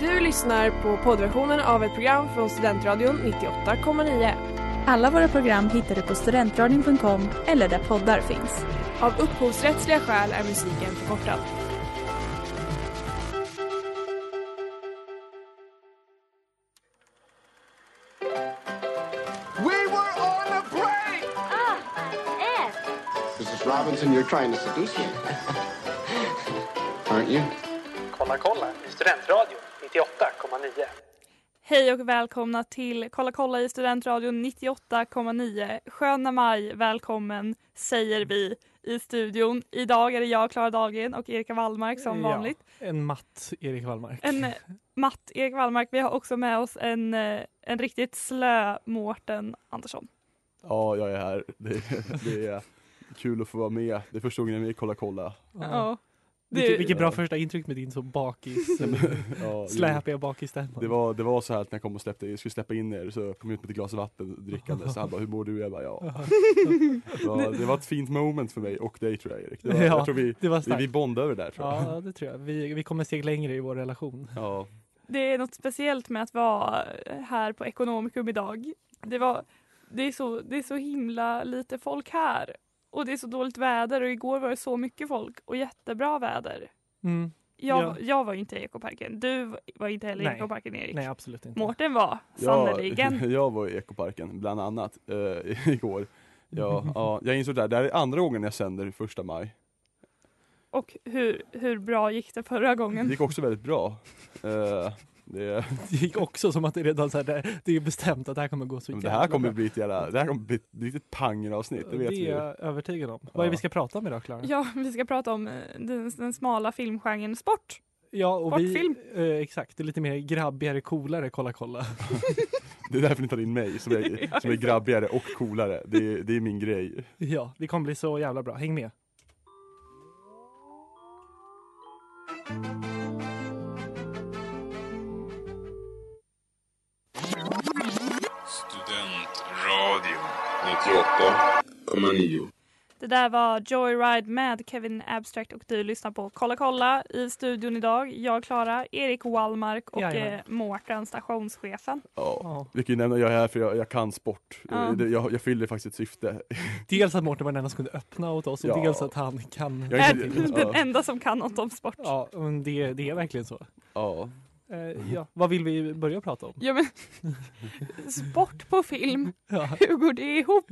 Du lyssnar på poddversionen av ett program från Studentradion 98,9. Alla våra program hittar du på studentradion.com eller där poddar finns. Av upphovsrättsliga skäl är musiken förkortad. We were on a break! Mrs. Robinson, you're trying to seduce me. Aren't you? Kolla kolla i Studentradion 98,9. Hej och välkomna till Kolla kolla i Studentradion 98,9. Sköna maj, välkommen säger vi i studion. Idag är det jag, Klara Dahlgren och Erika Wallmark som Ja, vanligt. en matt Erik Wallmark. En eh, matt Erik Wallmark. Vi har också med oss en, eh, en riktigt slö Mårten Andersson. Ja, jag är här. Det, det är kul att få vara med. Det är första gången jag är med i Kolla kolla. Ja. vilket, det- vilket bra första intryck med din så bakis, Ja, släpiga jo. bakisstämma. det, var, det var så här att när jag kom och släppte, jag skulle släppa in er så kom jag ut med ett glas vatten drickande så han bara hur mår du? Jag bara ja. Det var, det var ett fint moment för mig och dig tror jag Erik. Det var, Ja, jag tror vi, det var vi, starkt. vi bondade över det där tror jag. Ja, det tror jag. Vi, vi kommer ett steg längre i vår relation. Ja. Det är något speciellt med att vara här på Ekonomikum idag. Det, var, det, är så, det är så himla lite folk här. Och det är så dåligt väder och igår var det så mycket folk och jättebra väder. Mm. Jag, Ja. jag var ju inte i Ekoparken. Du var inte heller i Nej. Ekoparken Erik. Nej, absolut inte. Mårten var Jag, sannerligen. jag var i Ekoparken bland annat eh, igår. Ja, ja, jag insåg det här, det här är andra gången jag sänder första maj. Och hur, hur bra gick det förra Det gången? gick också väldigt bra. Eh, det, Det gick också som att det redan så här, det, det är bestämt att det här kommer gå så Men jävla det här kommer bra. bli ett jävla, det här kommer bli ett riktigt pangeravsnitt, det vet Det är vi. jag övertygad om. Vad är det vi ska prata om idag Klara? Ja, vi ska prata om eh, den, den smala filmgenren sport. Ja, och vi, Sportfilm. eh, exakt, det är lite mer grabbigare, coolare kolla kolla. Det är därför ni tar in mig som är, som är grabbigare och coolare. Det är, det är min grej. Ja, det kommer bli så jävla bra. Häng med. Studentradio 98,9. Det där var Joyride med Kevin Abstract och du lyssnar på Kolla kolla i studion idag. Jag, Klara, Erik Wallmark och Jajamän. eh, Mårten, stationschefen. Ja. Ja. Vi kan ju nämna att jag är här för jag, jag kan sport. Ja. Det- Jag, jag fyller faktiskt ett syfte. Dels att Mårten var den enda som kunde öppna åt oss och Ja. dels att han kan. Jag Är inte- den ja. enda som kan något om sport. Ja. Ja, men det, det är verkligen så. Ja. Eh, Mm. ja. Vad vill vi börja prata om? men, sport på film, Ja. hur går det ihop?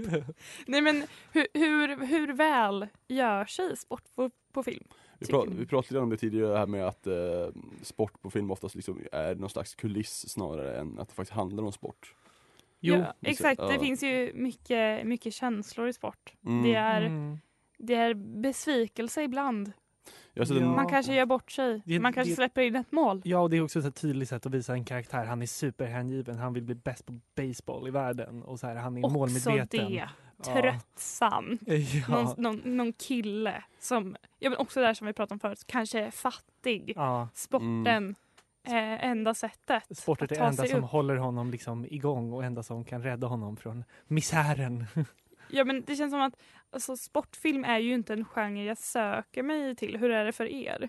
Nej men hur, hur, hur väl gör sig sport på, på film? Vi, pra, vi pratade redan om det tidigare, det här med att eh, sport på film oftast liksom är någon slags kuliss snarare än att det faktiskt handlar om sport. Jo, ja, det- exakt, det ja. finns ju mycket, mycket känslor i sport. Mm. Det, är, Mm. det är besvikelse ibland. Jag har sett en- Ja. Man kanske gör bort sig. Det- Man kanske det- släpper in ett mål. Ja, och det är också ett tydligt sätt att visa en karaktär. Han är superhängiven. Han vill bli bäst på baseball i världen. Och så här, han är målmedveten. det. Ja. Tröttsam. Någon, Ja. någon, någon kille som, ja men också där som vi pratade om förut, kanske är fattig. ja. Mm. Sporten, eh, enda sättet. Sportet att är ta enda sig som upp. håller honom liksom igång och enda som kan rädda honom från misären. Ja men det känns som att alltså, sportfilm är ju inte en genre jag söker mig till. Hur är det för er?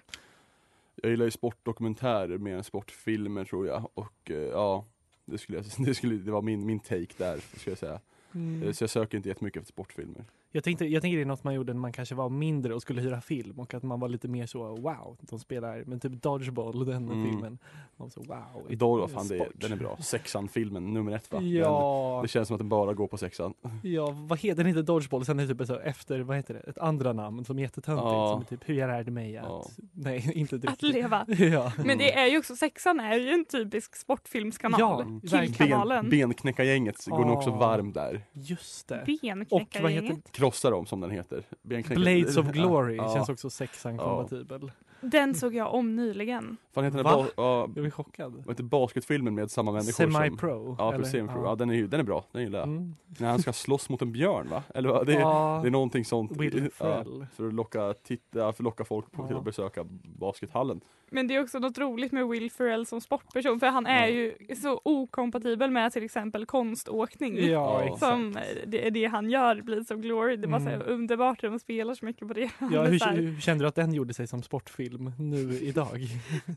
Jag gillar ju sportdokumentärer mer än sportfilmer tror jag och eh, ja det skulle, jag, det skulle det var min, min take där skulle jag säga. Mm. Eh, Så jag söker inte jättemycket efter sportfilmer. Jag tänkte, jag tänkte det är något man gjorde när man kanske var mindre och skulle hyra film och att man var lite mer så wow, de spelar, men typ Dodgeball, den Mm. filmen. Man så wow. Idag då, fan det, sport. den är bra. Sexan-filmen, nummer ett va? Den, Ja, det känns som att den bara går på sexan. ja, vad heter den? heter Dodgeball sen är det typ så efter, vad heter det, ett andra namn som är jättetöntigt Ja. som är typ hur jag lärde mig att, Ja. nej inte Att direkt. leva. ja. Men det är ju också, sexan är ju en typisk sportfilmskanal. Ja, Killkanalen. Mm. Ben, benknäckargänget går nog också Ah. varm där. Just det. Och vad heter Benknäckargänget. Krossa dem som den heter. Benknäckar- Blades of Ja, Glory ja. känns också sexan Ja. kompatibel. Den såg jag om nyligen. Fan heter den Va? ba- ja, Jag blir chockad. vad heter basketfilmen med samma människor som... Semi-pro? Ja, eller? precis. Semi-pro. Ja, den är, ju- den är bra, den gillar jag. Mm. När han ska slåss mot en björn va? Eller vad? det är, Ja. det är någonting sånt. Will Ja. Ferrell. För att locka, titta, för att locka folk på, till Ja. att besöka baskethallen. Men det är också något roligt med Will Ferrell som sportperson för han är Ja. ju så okompatibel med till exempel konståkning. Ja, Ja. Som eh, det, det han gör, blir som Glory. Det var så här Mm. underbart hur de spelar så mycket på det. Ja, Det är hur, så här- hur kände du att den gjorde sig som sportfilm? sportfilm nu idag.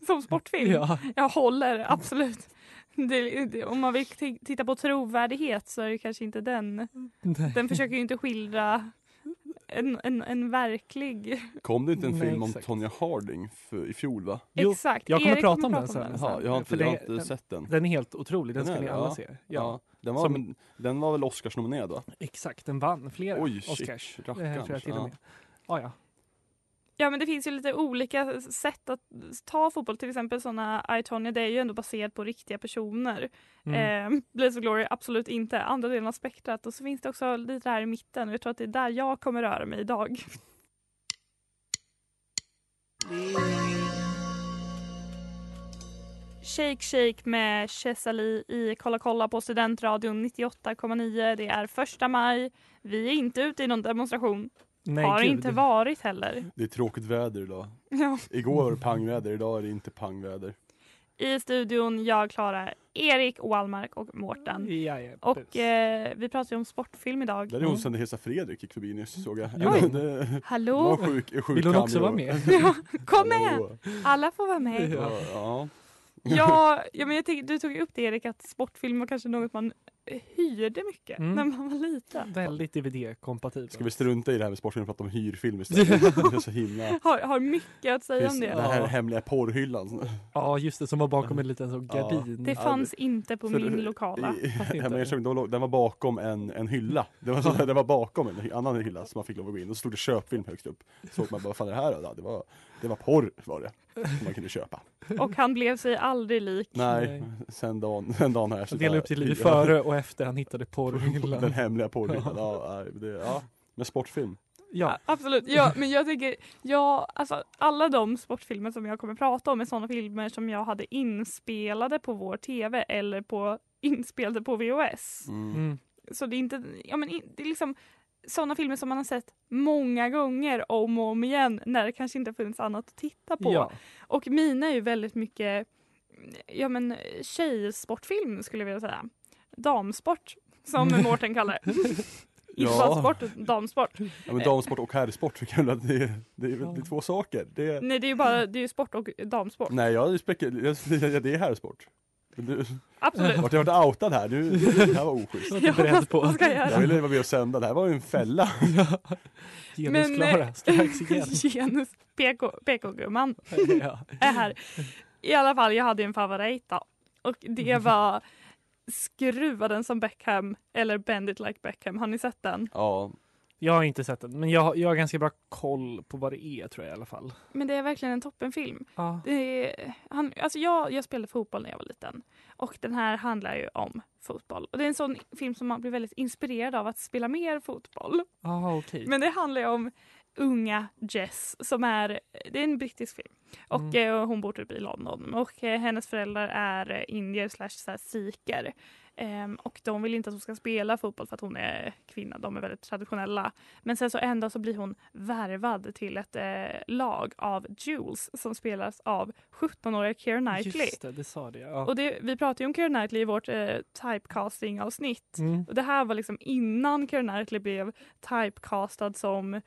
Som sportfilm? ja. Jag håller, absolut. Det, det, om man vill t- titta på trovärdighet så är det kanske inte den. Nej. Den försöker ju inte skildra en, en, en verklig... Kom det inte en Nej, film om exakt. Tonya Harding för, i fjol va? Jo, Exakt. jag kommer Erik prata om kommer den prata om sen. den. Jaha, jag har inte, eh, För det- jag har inte den- sett den. Den är helt otrolig, den, Den ska är ni det, alla ja. se. Ja. Ja, den, var, Som- den var väl Oscarsnominerad va? Exakt, den vann flera Oj, shit, Oscars. eh, rackarns, Flera till och ja. med. Ah, Ja, ja. Ja men det finns ju lite olika sätt att ta fotboll. Till exempel sådana I, Tonya, det är ju ändå baserat på riktiga personer. Mm. Eh, Blaze of Glory absolut inte, andra delen av spektrat. Och så finns det också lite här i mitten och jag tror att det är där jag kommer röra mig idag. Shake Shake med Chesali i Kolla kolla på Studentradion 98,9. Det är första maj. Vi är inte ute i någon demonstration. Nej, Har gud. inte varit heller. Det är tråkigt väder idag. Ja. Igår var det pangväder, idag är det inte pangväder. I studion jag, Klara, Erik Wallmark och Mårten. Ja, ja, Och precis. eh, vi pratar ju om sportfilm idag. Mm. Där är hon som det hälsar Fredrik gick förbi nyss såg jag. Oj. Det, det var Hallå, sjuk, sjuk Vill hon också cameo. vara med? kom med! Hallå. Alla får vara med. Ja, ja. Ja, ja men jag tänkte, du tog ju upp det Erik, att sportfilm var kanske något man eh, hyrde mycket Mm. när man var liten. Väldigt DVD-kompatibelt. Ska vi strunta i det här med sportfilm och prata om hyrfilm istället? Det är så himla... Har, har mycket att säga om Finns det. den här Ja. hemliga porrhyllan. Ja, just det, som var bakom en liten sån Ja. gardin. Det fanns inte på För- min lokala. I, Fast inte. hemma i Enköping, de låg- den var bakom en, en hylla. Den var, så- den var bakom en hy- annan hylla som man fick lov att gå in och så stod det köpfilm högst upp. Såg man bara, vad fan är det här då? Det var, det var porr var det. Som man kunde köpa. Och han blev sig aldrig lik. Nej, Nej. sen dagen, sen dagen har jag Han sett delade alla- Eh, upp sitt liv i ja, före och efter han hittade Den porrhyllan. hemliga porrhyllan. Ja, nej, det, ja. Men sportfilm. Ja, A- Absolut, ja, men jag tänker, ja, alltså, alla de sportfilmer som jag kommer prata om är sådana filmer som jag hade inspelade på vår tv eller på inspelade på VHS. Mm. mm. Så det är inte, ja men in, det är liksom sådana filmer som man har sett många gånger om och om igen när det kanske inte funnits annat att titta på. ja. Och mina är ju väldigt mycket ja men tjejsportfilm skulle jag vilja säga. Damsport som Mm. Mårten kallar det. Inte bara Ja. sport, damsport. ja, men damsport och herrsport, det, är väl- det, är- det, är- Ja. Mm. det är två saker. Det, är- Nej det är ju bara det är ju sport och damsport. nej, jag spekulerar, det är herrsport. Men du- Absolut. Vart jag varit outad här, nu, det här var oschysst. Jag var Ja, inte beredd på. vad ska jag göra? Jag ville vara med och sända, det här var ju en fälla. eh, Genusklara, strax igen. Genus PK PK-gumman ja. är här. I alla fall, jag hade ju en favorit då. Och det var Skruva den som Beckham eller Bend it like Beckham. Har ni sett den? Ja, Jag har inte sett den, men jag, jag har ganska bra koll på vad det är tror jag i alla fall. Men det är verkligen en toppenfilm. Ja. Det är, han, alltså jag, jag spelade fotboll när jag var liten och den här handlar ju om fotboll. Och Det är en sån film som man blir väldigt inspirerad av att spela mer fotboll. Ah, okej. Men det handlar ju om unga Jess som är, det är en brittisk film och Mm. eh, hon bor typ i London och eh, hennes föräldrar är eh, indier slash så här sikher. Ehm, och de vill inte att hon ska spela fotboll för att hon är kvinna, de är väldigt traditionella. Men sen så en dag så blir hon värvad till ett eh, lag av Jules som spelas av 17-åriga Keira Knightley. Just det, det sa det ja. Och det, vi pratade ju om Keira Knightley i vårt eh, typecasting-avsnitt. Mm. Och det här var liksom innan Keira Knightley blev typecastad som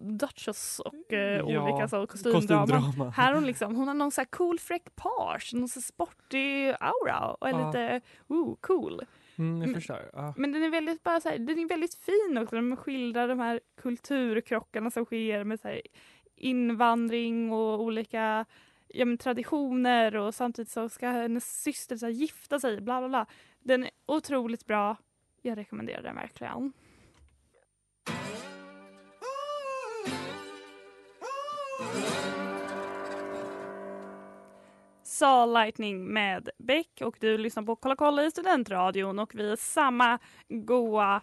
Duchess och eh, Mm. Ja, olika så, kostymdrama. Kostymdrama. Här är hon liksom, hon har någon så här cool fräck page, någon så här sportig aura och är Ja. lite ooh, cool. Mm, jag Mm. förstår. Ja. Men den är väldigt, bara så här, den är väldigt fin också, de skildrar de här kulturkrockarna som sker med så här invandring och olika ja, men traditioner och samtidigt så ska hennes syster så här, gifta sig, bla bla bla. Den är otroligt bra. Jag rekommenderar den verkligen. Sa Lightning med Beck och du lyssnar på Kolla kolla i studentradion och vi är samma goa,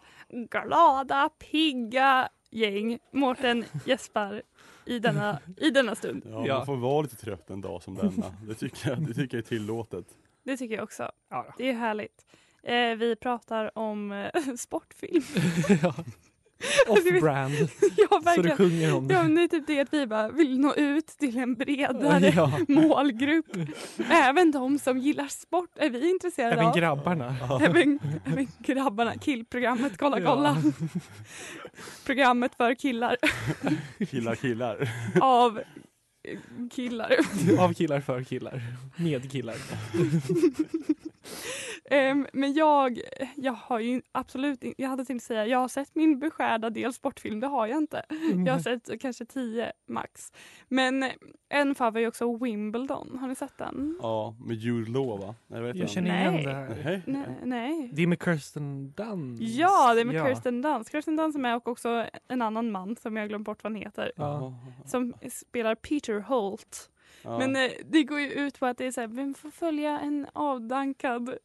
glada, pigga gäng. Mårten gäspar i denna, i denna stund. ja, Ja. man får vara lite trött en dag som denna. Det tycker jag, det tycker jag är tillåtet. Det tycker jag också. Ja. Det är härligt. Eh, vi pratar om eh, sportfilm. ja. Off-brand, ja, så du verkligen. sjunger om det. Ja, men det är typ det att vi bara vill nå ut till en bredare Ja. målgrupp. Även de som gillar sport är vi intresserade Även av. grabbarna. även, även grabbarna. Killprogrammet, kolla Ja. kolla. Programmet för killar Killar killar. av killar. Av killar för killar. Med killar. Ehm, men jag, jag har ju absolut in, jag hade tänkt säga jag har sett min beskärda del sportfilm, det har jag inte. Jag Mm. har sett kanske tio max. Men eh, en favorit är ju också Wimbledon, har ni sett den? Ja, med Jude Law va? Nej, vad heter Jag han? känner igen Nej. det här. Nej. Nej. nej. Det är med Kirsten Dunst. Ja, det är med Kirsten Dunst. Kirsten Dunst är med och också en annan man som jag glömt bort vad han heter. Ja. Som spelar Peter Holt. Ja. Men eh, det går ju ut på att det är så här, vem får följa en avdankad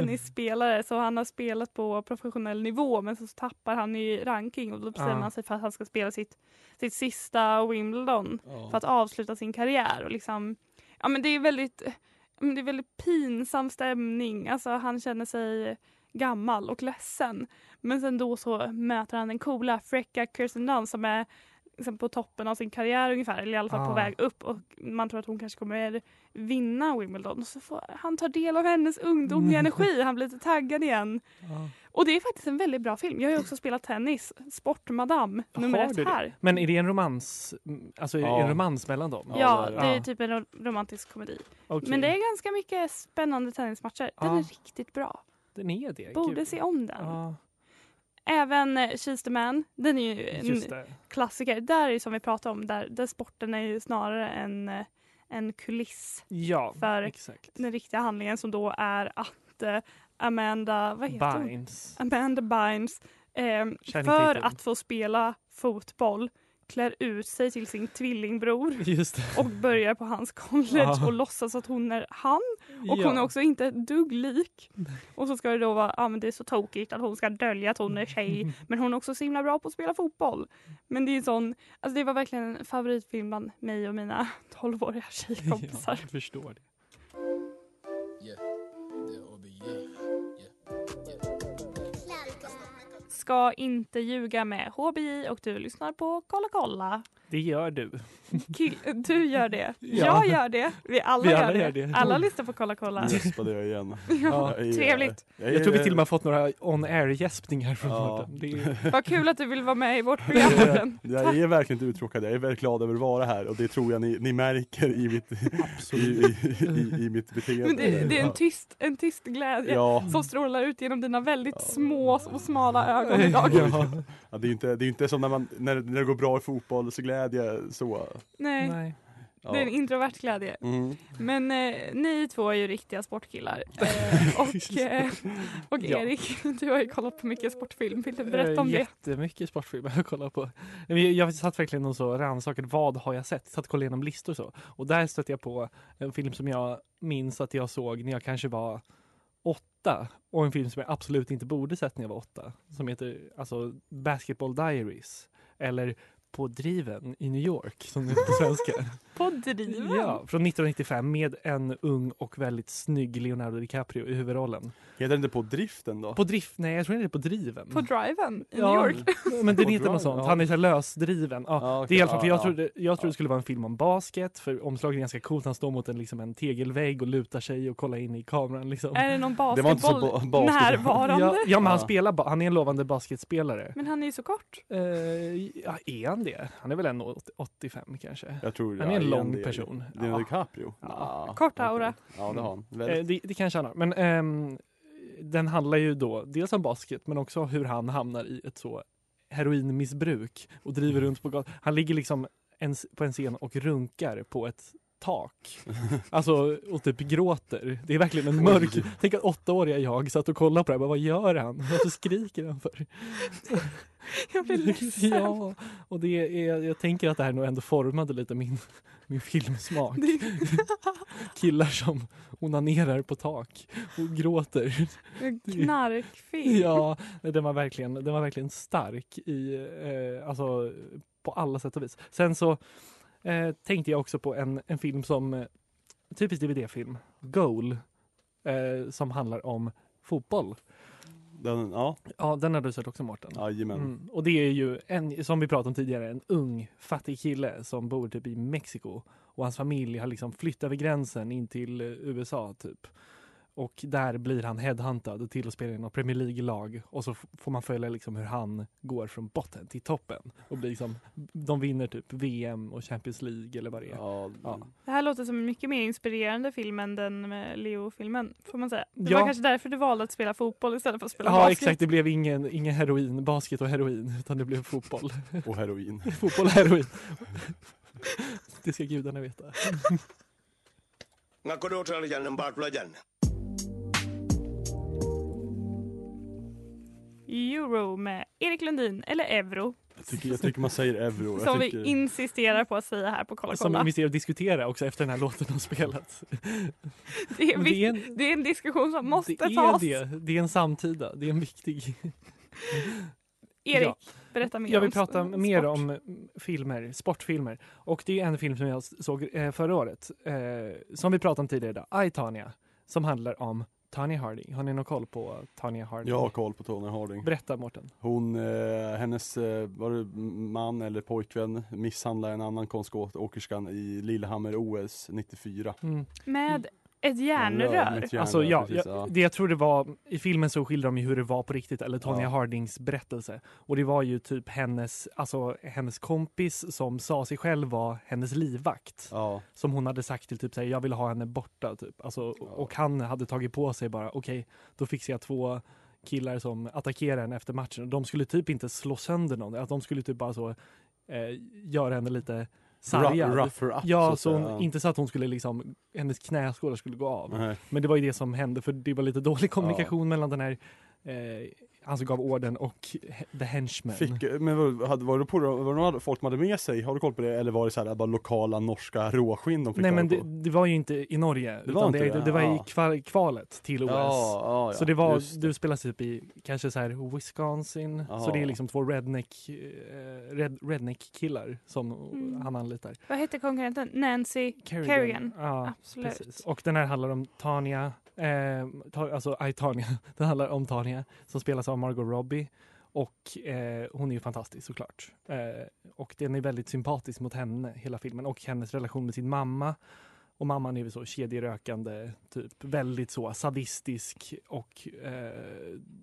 tennisspelare så han har spelat på professionell nivå men så tappar han i ranking och då bestämmer Ja. han sig för att han ska spela sitt, sitt sista Wimbledon Ja. för att avsluta sin karriär och liksom ja men det är väldigt ja, men det är väldigt pinsam stämning alltså han känner sig gammal och ledsen men sen då så möter han den coola fräcka Kirsten Dunst som är liksom på toppen av sin karriär ungefär eller i alla fall på Ah. väg upp och man tror att hon kanske kommer vinna Wimbledon och så får han ta del av hennes ungdomliga energi han blir lite taggad igen Mm. Ja. och det är faktiskt en väldigt bra film jag har ju också spelat tennis Sportmadam nummer Har ett du det? här Men är det en romans, alltså är det en Ja. romans mellan dem? Ja, det är det är Ja. typ en ro- romantisk komedi. Okej. Men det är ganska mycket spännande tennismatcher. Den Ja. är riktigt bra. Den är det. Borde gud. se om den. Ja, Även eh, She's the Man. Den är ju en just det. klassiker. Där är ju som vi pratade om, där, där sporten är ju snarare en, eh, en kuliss. Ja, För- exakt. Den riktiga handlingen som då är att eh, Amanda, vad heter hon? Binds. Amanda Bynes eh, Channing för Tatum. att få spela fotboll klär ut sig till sin tvillingbror Just det. och börjar på hans college Ja. och låtsas att hon är han Och ja. hon är också inte ett dugg lik. Och så ska det då vara, ja men det är så tokigt att hon ska dölja att hon är tjej. Men hon är också så himla bra på att spela fotboll. Men det är en sån, alltså det var verkligen en favoritfilm bland mig och mina 12-åriga Ja, tjejkompisar. jag förstår det. Ska inte ljuga med HBJ och du lyssnar på Kolla kolla. Det gör du. Ki- Du gör det. Ja. Jag gör det. Vi alla, Vi gör, alla det. gör det. Alla lyssnar på Kolla kolla. Gäspade jag igen. Ja. Jag är- Trevligt. Jag, är- Jag tror vi till och med har fått några on-air-gäspningar från Ja. Mårten. Det är... Vad kul att du vill vara med i vårt program. Morten. Jag är verkligen inte uttråkad, jag är väldigt glad över att vara här och det tror jag ni, ni märker i mitt, i, i, i, i mitt beteende. Men det, det är en Ja. tyst, en tyst glädje. Ja. som strålar ut genom dina väldigt små och smala ögon idag. Ja. Ja, det är ju inte, det är ju inte som när, man, när, när det går bra i fotboll så glädje så. Nej, Nej. Ja. det är en introvert glädje. Mm. Men eh, ni två är ju riktiga sportkillar. Eh, och eh, och Ja. Erik, du har ju kollat på mycket sportfilm. Vill du berätta om Eh, det? Jättemycket sportfilmer jag kollar på. Nej, men Jag, jag satt verkligen och så rannsakade vad har jag sett? Satt och kollade igenom listor och så. Och där stötte jag på en film som jag minns att jag såg när jag kanske var åtta och en film som jag absolut inte borde sett när jag var åtta som heter alltså Basketball Diaries eller På driven i New York som det heter på svenska. På driven? ja, från 1995 med en ung och väldigt snygg Leonardo DiCaprio i huvudrollen. Heter det inte På driften då? På drift, nej jag tror den heter På driven. På driven i Ja, New York? Men den På heter något drive, sånt. ja. Han är så här lösdriven. Ja, Ja, Det är okej. i alla fall, för Ja, jag ja. trodde, jag trodde det skulle vara en film om basket, för omslaget är ganska coolt. Han står mot en, liksom, en tegelvägg och lutar sig och kollar in i kameran. Liksom. Är det någon Det var inte så basketboll ba- basket. närvarande? Ja, ja, men han, Ja. spelar, ba- han är en lovande basketspelare. Men han är ju så kort. Eh, ja, är han det? Han är väl en 85 kanske? Jag tror, Han är en ja, lång det- person. Det är Ja. DiCaprio? Mm. Ja. Kort aura. Ja det har han. Eh, Väldigt. det, det kanske han har. Men ehm, den handlar ju då dels om basket, men också hur han hamnar i ett så heroinmissbruk och driver runt på gatan. Han ligger liksom en, på en scen och runkar på ett tak. Alltså, och typ gråter. Det är verkligen en mörk... Tänk att åttaåriga jag satt och kollade på det här. Bara, vad gör han? Varför skriker han för? Jag blir ledsen. Ja, och det är, jag tänker att det här nog ändå formade lite min, min filmsmak. Killar som onanerar på tak och gråter. Knarkfilm. Ja, nej, den var verkligen, den var verkligen stark i, eh, alltså, på alla sätt och vis. Sen så eh, tänkte jag också på en, en film som, eh, typisk DVD-film, Goal, eh, som handlar om fotboll. Den, ja, Ja, den har du sett också Mårten. Eh, jajamän. Mm. Och det är ju, en, som vi pratade om tidigare, en ung fattig kille som bor typ i Mexiko och hans familj har liksom flytt över gränsen in till eh, USA typ. Och där blir han headhuntad till att spela i något Premier League-lag och så f- får man följa liksom hur han går från botten till toppen. Och blir liksom, de vinner typ VM och Champions League eller vad det är. Ja, Ja. Det här låter som en mycket mer inspirerande film än den med Leo-filmen får man säga. Det Ja. var kanske därför du valde att spela fotboll istället för att spela Ja basket. exakt, det blev ingen, ingen heroin, basket och heroin, utan det blev fotboll. Och heroin. fotboll och heroin. det ska gudarna veta. Euro med Erik Lundin, eller Euro, Jag tycker, jag tycker man säger euro. som Jag tycker, vi insisterar på att säga här på Kolla kolla. Som vi ser att diskutera också efter den här låten har spelats. Det, är, Men det vi- är en, det är en diskussion som måste det, är tas. det. det är en samtida, det är en viktig. Erik, Ja. berätta mer Jag vill om prata s- mer sport. om mm, filmer, sportfilmer. Och det är en film som jag s- såg eh, förra året, eh, som vi pratade om tidigare idag, I, Tanya, som handlar om Tanya Harding. Har ni någon koll på Tanya Harding? jag har koll på Tony Harding. Berätta Mårten. Hon, eh, hennes eh, var det man eller pojkvän misshandlade en annan konståkerskan i Lillehammer-OS 94. Mm. Med ett Ja, järnrör. mitt hjärnrör, Alltså, ja, precis, jag, det jag tror det var, i filmen så skildrar de ju hur det var på riktigt, eller Tonya Ja. Hardings berättelse. Och det var ju typ hennes, alltså hennes kompis som sa sig själv var hennes livvakt. ja. Som hon hade sagt till typ såhär, jag vill ha henne borta typ. Alltså, och- Och han hade tagit på sig bara, okej, då fixar jag två killar som attackerar henne efter matchen. Och de skulle typ inte slå sönder någon, att de skulle typ bara så, eh, göra henne lite sargad. Ru- rougher up, Ja, att så säga. hon, Ja. inte så att hon skulle liksom, hennes knäskålar skulle gå av. Nej. Men det var ju det som hände för det var lite dålig kommunikation mellan den här eh, han som gav orden och he- the henchman. Fick, eh, men vad- hade, var det på var det några folk de hade med sig? Har du koll på det? Eller var det så här bara lokala norska råskinn de fick Nej men tag det, på? det var ju inte i Norge, det var utan inte det, det, det, det var i ja. kval, kvalet till OS. ja, så det var, just du spelar typ i kanske så här Wisconsin, så Ja. det är liksom två redneck, eh, red, redneck killar som han anlitar. Vad hette konkurrenten? Nancy Kerrigan. Ja, Absolut. Precis. Och den här handlar om Tanya, eh, ta, alltså I, Tanya, den handlar om Tanya som spelas av Margot Robbie. Och eh, hon är ju fantastisk såklart. Eh, och den är väldigt sympatisk mot henne, hela filmen, och hennes relation med sin mamma. Och mamman är väl så kedjerökande, typ väldigt så sadistisk och eh,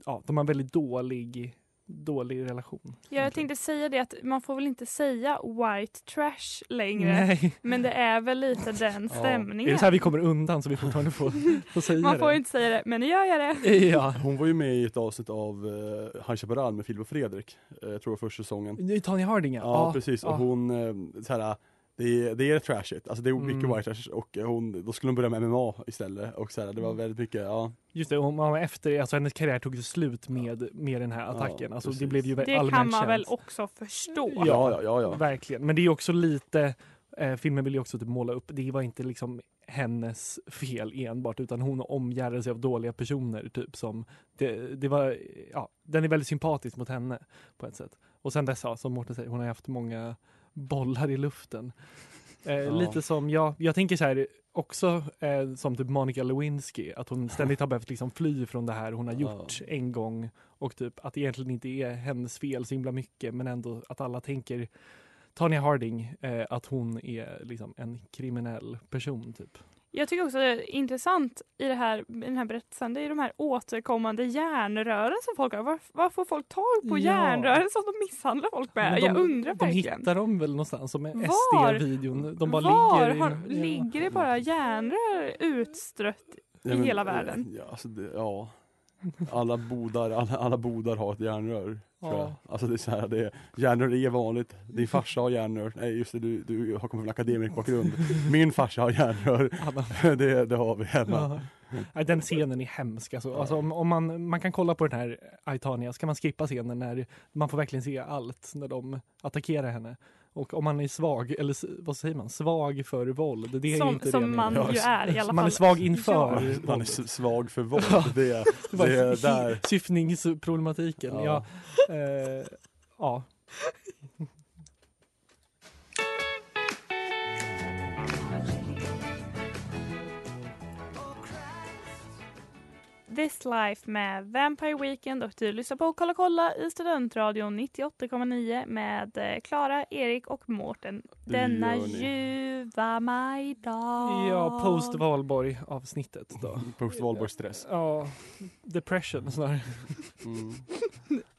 ja, de har en väldigt dålig, dålig relation. Ja, jag tänkte säga det att man får väl inte säga white trash längre. Nej. Men det är väl lite den Är stämningen. det så här vi kommer undan så vi fortfarande får, får säga man får det? ju inte säga det, men nu gör jag det. Ja. Hon var ju med i ett avsnitt av eh, High Chaparral med Filip och Fredrik, eh, jag tror det var första säsongen. Nu är Tony Harding Ja, precis. ja. Och hon, eh, så här, det, är, det är trashigt. Alltså det är mycket Mm. white trash och hon, då skulle hon börja med MMA istället och så här, det Mm. var väldigt mycket, ja. Just det, hon, hon, efter, alltså hennes karriär tog ju slut med, med den här attacken. alltså, det precis. blev ju Det allmänt kan man känt. väl också förstå. Ja, Ja, ja, ja. ja. Verkligen. Men det är ju också lite, eh, filmen vill ju också typ måla upp, det var inte liksom hennes fel enbart utan hon omgärdade sig av dåliga personer. Typ, som det, det var, ja, den är väldigt sympatisk mot henne på ett sätt. Och sen dess, ja, som Mårten säger, hon har haft många bollar i luften. Eh, Lite som, jag, jag tänker så här också eh, som typ Monica Lewinsky, att hon ständigt har behövt liksom fly från det här hon har gjort en gång och typ att det egentligen inte är hennes fel så himla mycket men ändå att alla tänker Tanya Harding, eh, att hon är liksom en kriminell person typ. Jag tycker också det är intressant i det här, i den här berättelsen, det är de här återkommande järnrören som folk har. Var, var får folk tag på Ja. järnrören som de misshandlar folk med? Men jag undrar De verkligen. hittar dem väl någonstans som är Var? SD-videon. De bara Var ligger i- har, i- ligger det bara järnrör utstrött? Ja, hela eh, världen. Ja, alltså det, ja. Alla bodar, alla, alla bodar har ett järnrör. Tror Ja. jag. Alltså det är så här, det är, järnrör är vanligt. Din farsa har järnrör. Nej just det, du, du har kommit från akademikbakgrund. Min farsa har järnrör. Alla- Det, det har vi hemma. Ja. Nej, Den scenen är hemsk. Alltså. Alltså, om, om man, man kan kolla på den här Aitania, ska man skippa scenen när man får verkligen se allt när de attackerar henne. Och om man är svag, eller s- vad säger man, svag för våld. Det är ju Som, inte det som ni- man ju är i alla fall. man är svag inför Ja. våld. Man är s- svag för våld. Det, är- Det var det är där. syftningsproblematiken. Ja. Ja. Ja, eh, ja. This Life med Vampire Weekend och du lyssnar på Kolla kolla i Studentradion 98,9 med eh, Klara, Erik och Mårten. Det Denna gör ni. ljuva majdag. Ja, post-valborg-avsnittet då. Post-valborgsstress. Ja, depression snarare. Mm.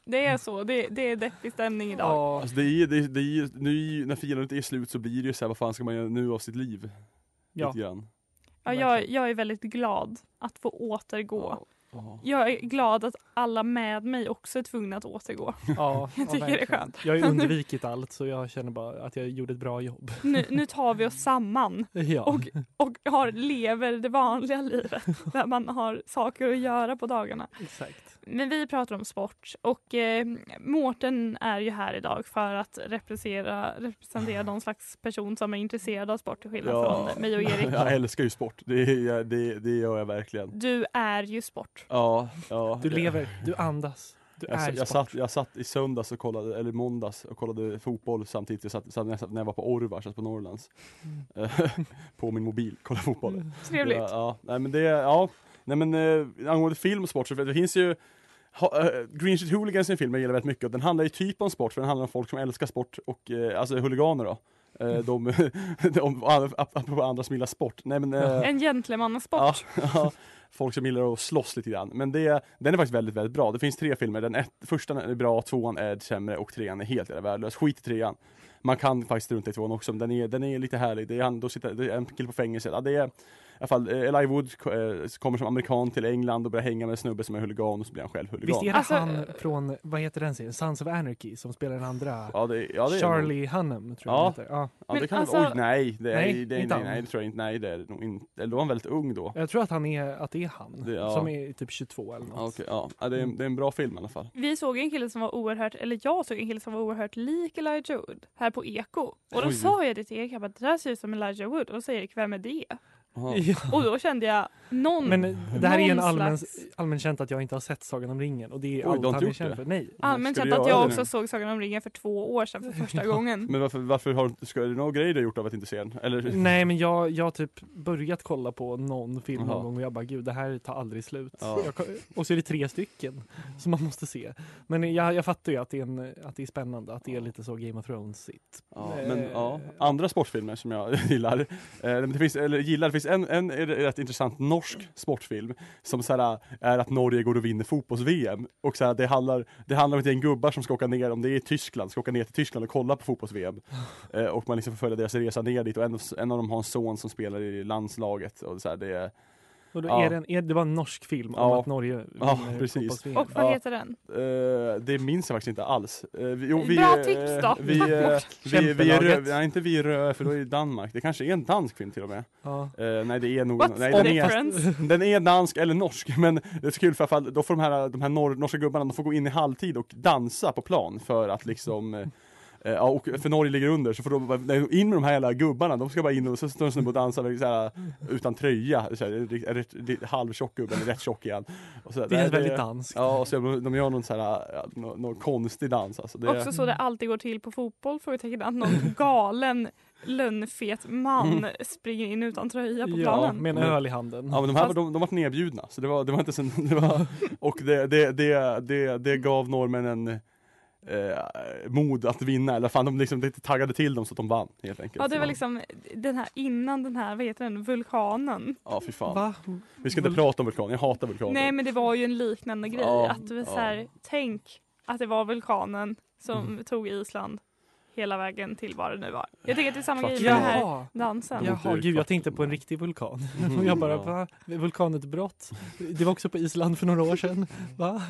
Det är så, det, det är deppig stämning idag. Ja, Alltså det är, ju- det är, det är, ju- nu, är ju- när firandet är slut så blir det ju så här, vad fan ska man göra nu av sitt liv? ja. Lite grann. Ja, jag, jag är väldigt glad att få återgå. Ja. Jag är glad att alla med mig också är tvungna att återgå. ja Jag tycker det är verkligen. skönt. Jag har ju undvikit allt så jag känner bara att jag gjorde ett bra jobb. Nu, nu tar vi oss samman Ja. och, och har, lever det vanliga livet där man har saker att göra på dagarna. Exakt. Men vi pratar om sport och eh, Mårten är ju här idag för att representera, representera någon slags person som är intresserad av sport till skillnad Ja. från mig och Erik. Jag älskar ju sport, det, är- det, det gör jag verkligen. Du är ju sport. Ja, ja. Du lever, du andas, du Jag, är jag, jag, sport. satt, jag satt i söndags och kollade, eller måndags och kollade fotboll samtidigt. Jag satt, satt, när jag satt när jag var på Orvar, satt på Norrlands. Mm. på min mobil, kolla fotboll. Mm. Trevligt. Ja, ja. Nej men det, ja. Nej men eh, angående film och sport så det finns ju ha, eh, Green Street Hooligans är en film jag gillar väldigt mycket och den handlar ju typ om sport för den handlar om folk som älskar sport och eh, alltså huliganer då. Eh, Mm. de, de, apropå andra som gillar sport. Nej men eh, En gentlemannasport. Ja, ja. Folk som gillar att slåss lite grann. Men det, den är faktiskt väldigt, väldigt bra. Det finns tre filmer. Den ett, första är bra, tvåan är sämre och trean är helt jävla värdelös. Skit i trean. Man kan faktiskt strunta i tvåan också, men den är, den är lite härlig. Det är, han, då sitter, det är en kille på fängelset. Ja, det är, i alla fall, eh, Eli Wood eh, kommer som amerikan till England och börjar hänga med en snubbe som är huligan och så blir han själv huligan. Visst är det Alltså- han från, vad heter den serien, Sons of Anarchy som spelar den andra? Ja, det, ja, det är- Charlie Hunnam tror jag Ja. han heter. Ja. Ja, det Men kan, alltså- oj, nej, det, är- Nej, det, är- inte nej, han. nej, det tror jag inte. Nej, det är det nog inte. Eller då var han väldigt ung då. Jag tror att, han är, att det är han Det- ja. som är typ 22 eller något. Ja, okej, ja. Ja, det, är, en- det är en bra film i alla fall. Vi såg en kille som var oerhört, eller jag såg en kille som var oerhört lik Elijah Wood här på Eko. Och då Oj. sa jag det till Erik, jag bara, det där ser ut som Elijah Wood. Och då säger Erik, vem är det? Ja. Ja. Och då kände jag, någon Men det här är ju en Någon allmän, slags- allmän känt att jag inte har sett Sagan om ringen och det är Oj, du allt har han inte är gjort känd det? för. Nej. Men allmänt ska känt du att göra jag det också nu? såg Sagan om ringen för två år sedan för första gången. Men varför, varför har du, ska, är det några grejer du har gjort av att inte se den? Eller? Nej men jag, jag har typ börjat kolla på någon film någon Jaha. gång och jag bara gud det här tar aldrig slut. Ja. Jag, ko- och så är det tre stycken som man måste se. Men jag, jag fattar ju att det, är en, att det är spännande, att det är lite så Game of Thrones-igt. Ja, Eh, men, ja. Andra sportfilmer som jag gillar, eh, men det finns, eller gillar, det finns en, en är det rätt intressant norsk sportfilm som så här, eh, är att Norge går och vinner fotbolls-VM och så här, det, handlar, det handlar om ett gäng gubbar som ska åka ner, om det är i Tyskland, ska åka ner till Tyskland och kolla på fotbolls-VM eh, och man liksom får följa deras resa ner dit och en, av- en av dem har en son som spelar i landslaget och så här, det är, Och då Ja. är det, en, är, det var en norsk film om Ja. att Norge Ja, vinner precis. fotbolls-VM. Och vad Ja. heter den? Eh, det minns jag faktiskt inte alls. Eh, vi, jo, vi, Bra eh, tips då. Vi, eh, vi, vi är Kämpelaget. rö, nej, inte vi är rö, för då är det Danmark. Det kanske är en dansk film till och med. Ja. Eh, nej, det är nog... What's nej, the den, är, difference? den är dansk eller norsk, men det är så kul för i alla fall, då får de här, de här norr, norska gubbarna, de får gå in i halvtid och dansa på plan för att liksom eh, eh, Ja, och för Norge ligger under så får de bara- nej, in med de här jävla gubbarna, de ska bara in och så står en snubbe och dansar så här, utan tröja, så här, rikt- rätt- rikt- halvtjock gubbe, eller rätt tjock igen. Och så här, Det är väldigt är- danskt. Ja, och så de, de gör någon så här, ja, nå- någon konstig dans alltså. Det, Också så det alltid går till på fotboll, frågetecken, att någon galen lönnfet Mm. man springer in utan tröja på Ja, planen. med en Men- öl i handen. Ja men de här var- Fast- de, de vart nedbjudna, så det var, det var inte sen, det var, och det, det, det, det, det gav norrmännen eh, mod att vinna, eller fan de liksom lite taggade till dem så att de vann helt enkelt. Ja, det var liksom den här innan den här, vad heter den, vulkanen. Ja fy fan. Va? Vi ska inte prata om vulkaner, jag hatar vulkaner. Nej, men det var ju en liknande grej. Ja, att det var ja. så här, tänk att det var vulkanen som Mm. tog Island hela vägen till vad det nu var. Jag tänker att det är samma Kvart grej med den här Jaha. dansen. Ja. Jaha, gud jag tänkte på en riktig vulkan. Och jag bara, ja. va? Vulkanutbrott? Det var också på Island för några år sedan. Va?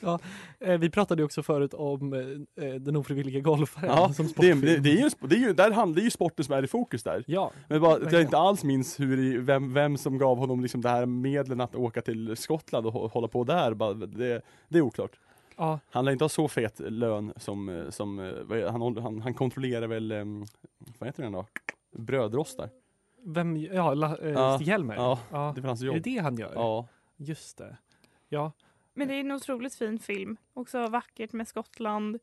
Ja. eh, Vi pratade ju också förut om eh, den ofrivilliga golfaren Ja, som det, sportfilm. det, det är ju, en sp- det är ju, där handlar det är ju sporten som är i fokus där. Ja, Men bara, att jag Verkligen. inte alls minns hur, i- vem, vem som gav honom liksom det här medlen att åka till Skottland och hå- hålla på där, bara, det, det är oklart. ja. Han lär inte ha så fet lön som, eh, som eh, vad är det? han, håller- han, han kontrollerar väl, em, vad heter den då? Brödrostar. Vem, ja, la, eh, Ja, Stig-Helmer. ja, ja. Det är väl hans Är jobb? det det han gör? Ja. Just det. Ja, Men det är en otroligt fin film. Också vackert med Skottland.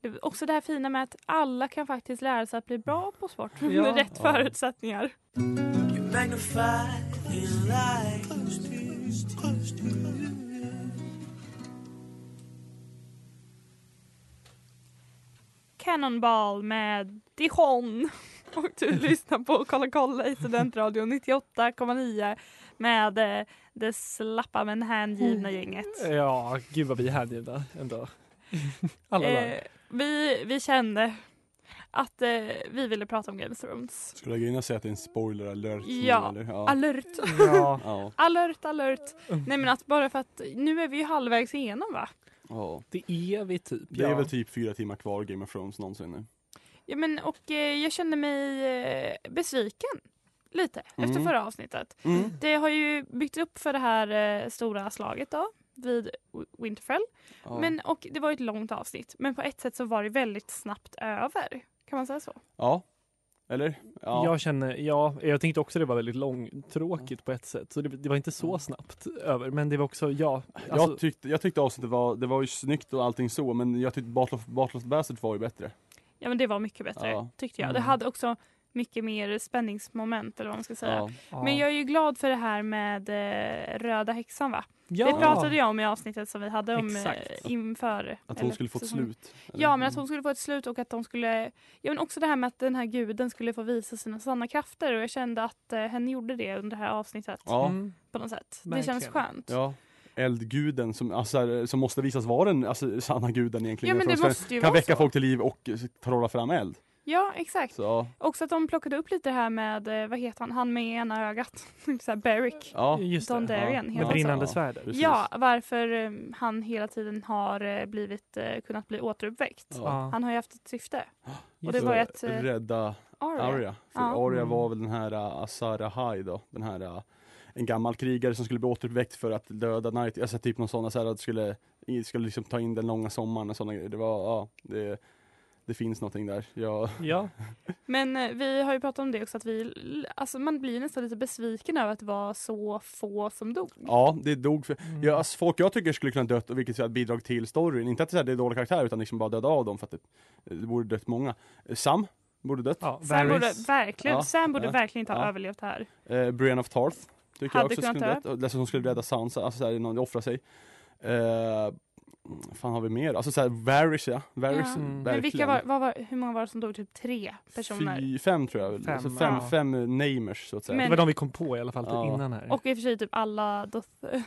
Det- Också det här fina med att alla kan faktiskt lära sig att bli bra på sport med rätt förutsättningar. magnified in light. Cannonball med Dijon. Och du lyssnar på Kolla kolla i studentradion 98,9 med eh, det slappa men hängivna gänget. Ja, gud vad vi är hängivna ändå. Alla där. Eh, vi, vi kände att eh, vi ville prata om Game of Thrones. Skulle jag kunna säga att det är en spoiler alert? nu, Ja. Eller? ja. Alert! Ja, Ja. Alert, alert! Nej men att bara för att nu är vi ju halvvägs igenom va? ja. det är vi typ. Det är ja. väl typ fyra timmar kvar Game of Thrones någonsin nu. Ja men och eh, jag kände mig eh, besviken lite efter Mm. förra avsnittet. Mm. Det har ju byggts upp för det här eh, stora slaget då vid W- Winterfell. Ja. Men, och det var ju ett långt avsnitt men på ett sätt så var det väldigt snabbt över. Kan man säga så? ja. Eller? Ja. Jag känner, ja, jag tänkte också det var väldigt långtråkigt på ett sätt. Så det, det var inte så Mm. snabbt över, men det var också, ja. Alltså, jag, tyckte, jag tyckte avsnittet var, det var ju snyggt och allting så, men jag tyckte Battle of, Battle of Bastard var ju bättre. Ja men det var mycket bättre Ja. tyckte jag. Det Mm. hade också mycket mer spänningsmoment eller vad man ska säga. Ja. ja. Men jag är ju glad för det här med eh, röda häxan va? ja. Det pratade jag om i avsnittet som vi hade om eh, Exakt. inför. Att hon eller skulle få ett säsongen. slut. eller? Mm. Ja men att hon skulle få ett slut och att de skulle, ja men också det här med att den här guden skulle få visa sina sanna krafter och jag kände att eh, henne gjorde det under det här avsnittet Ja. Mm. på något sätt. Det Verkligen. kändes skönt. ja. Eldguden som, alltså, här, som måste visas vara den alltså, sanna guden egentligen. Ja, men för det de ska- måste ju kan vara väcka så. folk till liv och eh, trolla fram eld. Ja exakt. Så, ja. Också att de plockade upp lite det här med, eh, vad heter han, han med ena ögat, så här Beric. ja. Just det. Dondarrion ja. Med heter han så. brinnande svärd. precis. Ja, varför eh, han hela tiden har eh, blivit, eh, kunnat bli återuppväckt. Ja. Han har ju haft ett syfte. Och just det var ju att eh, Rädda Arya. Arya. För Ja. Arya Mm. var väl den här uh, Asara High då, den här uh, en gammal krigare som skulle bli återuppväckt för att döda Night, alltså typ någon sån, så här, att skulle, i- skulle liksom ta in den långa sommaren och sådana grejer. Det var, ja, det, det finns någonting där. Ja, Ja, Men eh, vi har ju pratat om det också att vi, l- alltså man blir nästan lite besviken över att det var så få som dog. ja det dog för, Mm. ja, alltså, folk jag tycker skulle kunna dött och vilket är ett bidrag till storyn. Inte att det är så här, det är dåliga karaktärer utan liksom bara döda av dem för att det, det borde dött många. Eh, Sam borde dött. ja. Sam borde Varys. verkligen, Ja, Sam borde ja, verkligen inte ha ja. överlevt det här. Eh, Brienne of Tarth tycker Hade jag också kunnat skulle dö. rädda, och dessutom hon skulle rädda Sansa, alltså såhär, någon offrar sig. Eh, fan har vi mer? Alltså såhär Varys ja, Varys Ja. Mm. Men vilka var, vad var, hur många var det som dog? Typ tre personer. Fy, fem tror jag, Fem, fem, alltså fem, ja. fem eh, namers så att säga. Det Men- var de vi kom på i alla fall Ja. innan här. Och i och för sig typ alla Dothrakis.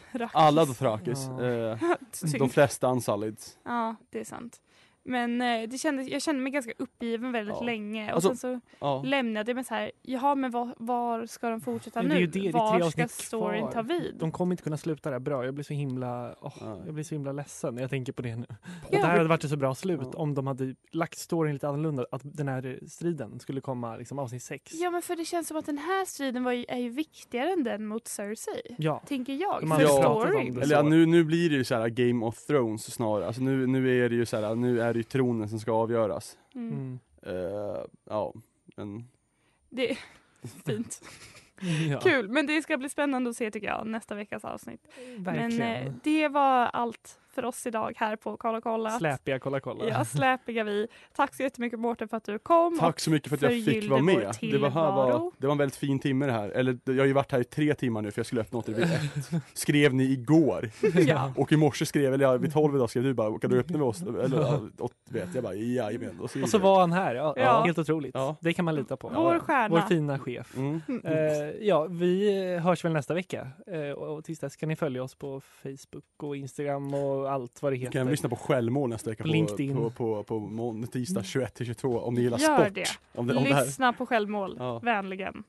Alla Dothrakis, Ja. eh, Synd. de flesta Unsolids. Ja, det är sant. Men eh, det kändes, jag kände mig ganska uppgiven väldigt Ja. länge och Alltså, sen så Ja. lämnade jag mig så här, jaha men var, var ska de fortsätta Ja, nu? det är ju det, det är var tre ska avsnitt storyn kvar. ta vid? De kommer inte kunna sluta det här bra. Jag blir så himla, åh, Ja. jag blir så himla ledsen när jag tänker på det nu. Och Ja. det här hade varit ett så bra slut Ja. om de hade lagt storyn lite annorlunda. Att den här striden skulle komma liksom avsnitt sex. Ja men för det känns som att den här striden var ju, är ju viktigare än den mot Cersei. Ja. Tänker jag. För De hade ju pratat om storyn. det. Eller ja, så. nu, nu blir det ju såhär Game of Thrones snarare, alltså nu, nu är det ju såhär, nu är det ju tronen som ska avgöras. Mm. Mm. Eh, ja, men Det är fint. Ja, Kul. Men det ska bli spännande att se tycker jag nästa veckas avsnitt. Verkligen. Men eh, det var allt för oss idag här på Kolla kolla. Släpiga kolla kolla. Ja, släpiga vi. Tack så jättemycket Mårten för att du kom. Tack så mycket för att jag Mm. förgyllde fick vara vår med. Det var, här var, tillvaro. det var en väldigt fin timme det här. Eller jag har ju varit här i tre timmar nu för jag skulle öppna åter vid ett. Skrev ni igår? Ja. Och i morse skrev, eller ja, vid tolv idag skrev du bara, kan du öppna vid oss? Eller ja, åt, vet jag bara, jajamän. Och så, Och så var han här. Ja, Ja. Helt otroligt. Ja. Det kan man lita på. Vår stjärna. Vår fina chef. Mm. Eh, ja, vi hörs väl nästa vecka. Eh, och, och tills dess kan ni följa oss på Facebook och Instagram och allt vad det heter. Kan vi lyssna på självmål nästa vecka På på, LinkedIn. på, på, på måndag, tisdag 21-22 om ni gillar Mm. Gör sport. det. Om det, om det här. Lyssna på självmål. Ja. Vänligen.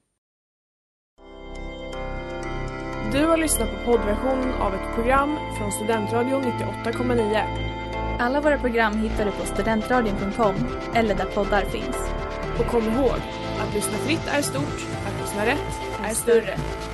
Du har lyssnat på poddversionen av ett program från Studentradion 98,9. Alla våra program hittar du på studentradion.com eller där poddar finns. Och kom ihåg, att lyssna fritt är stort, att lyssna rätt är större.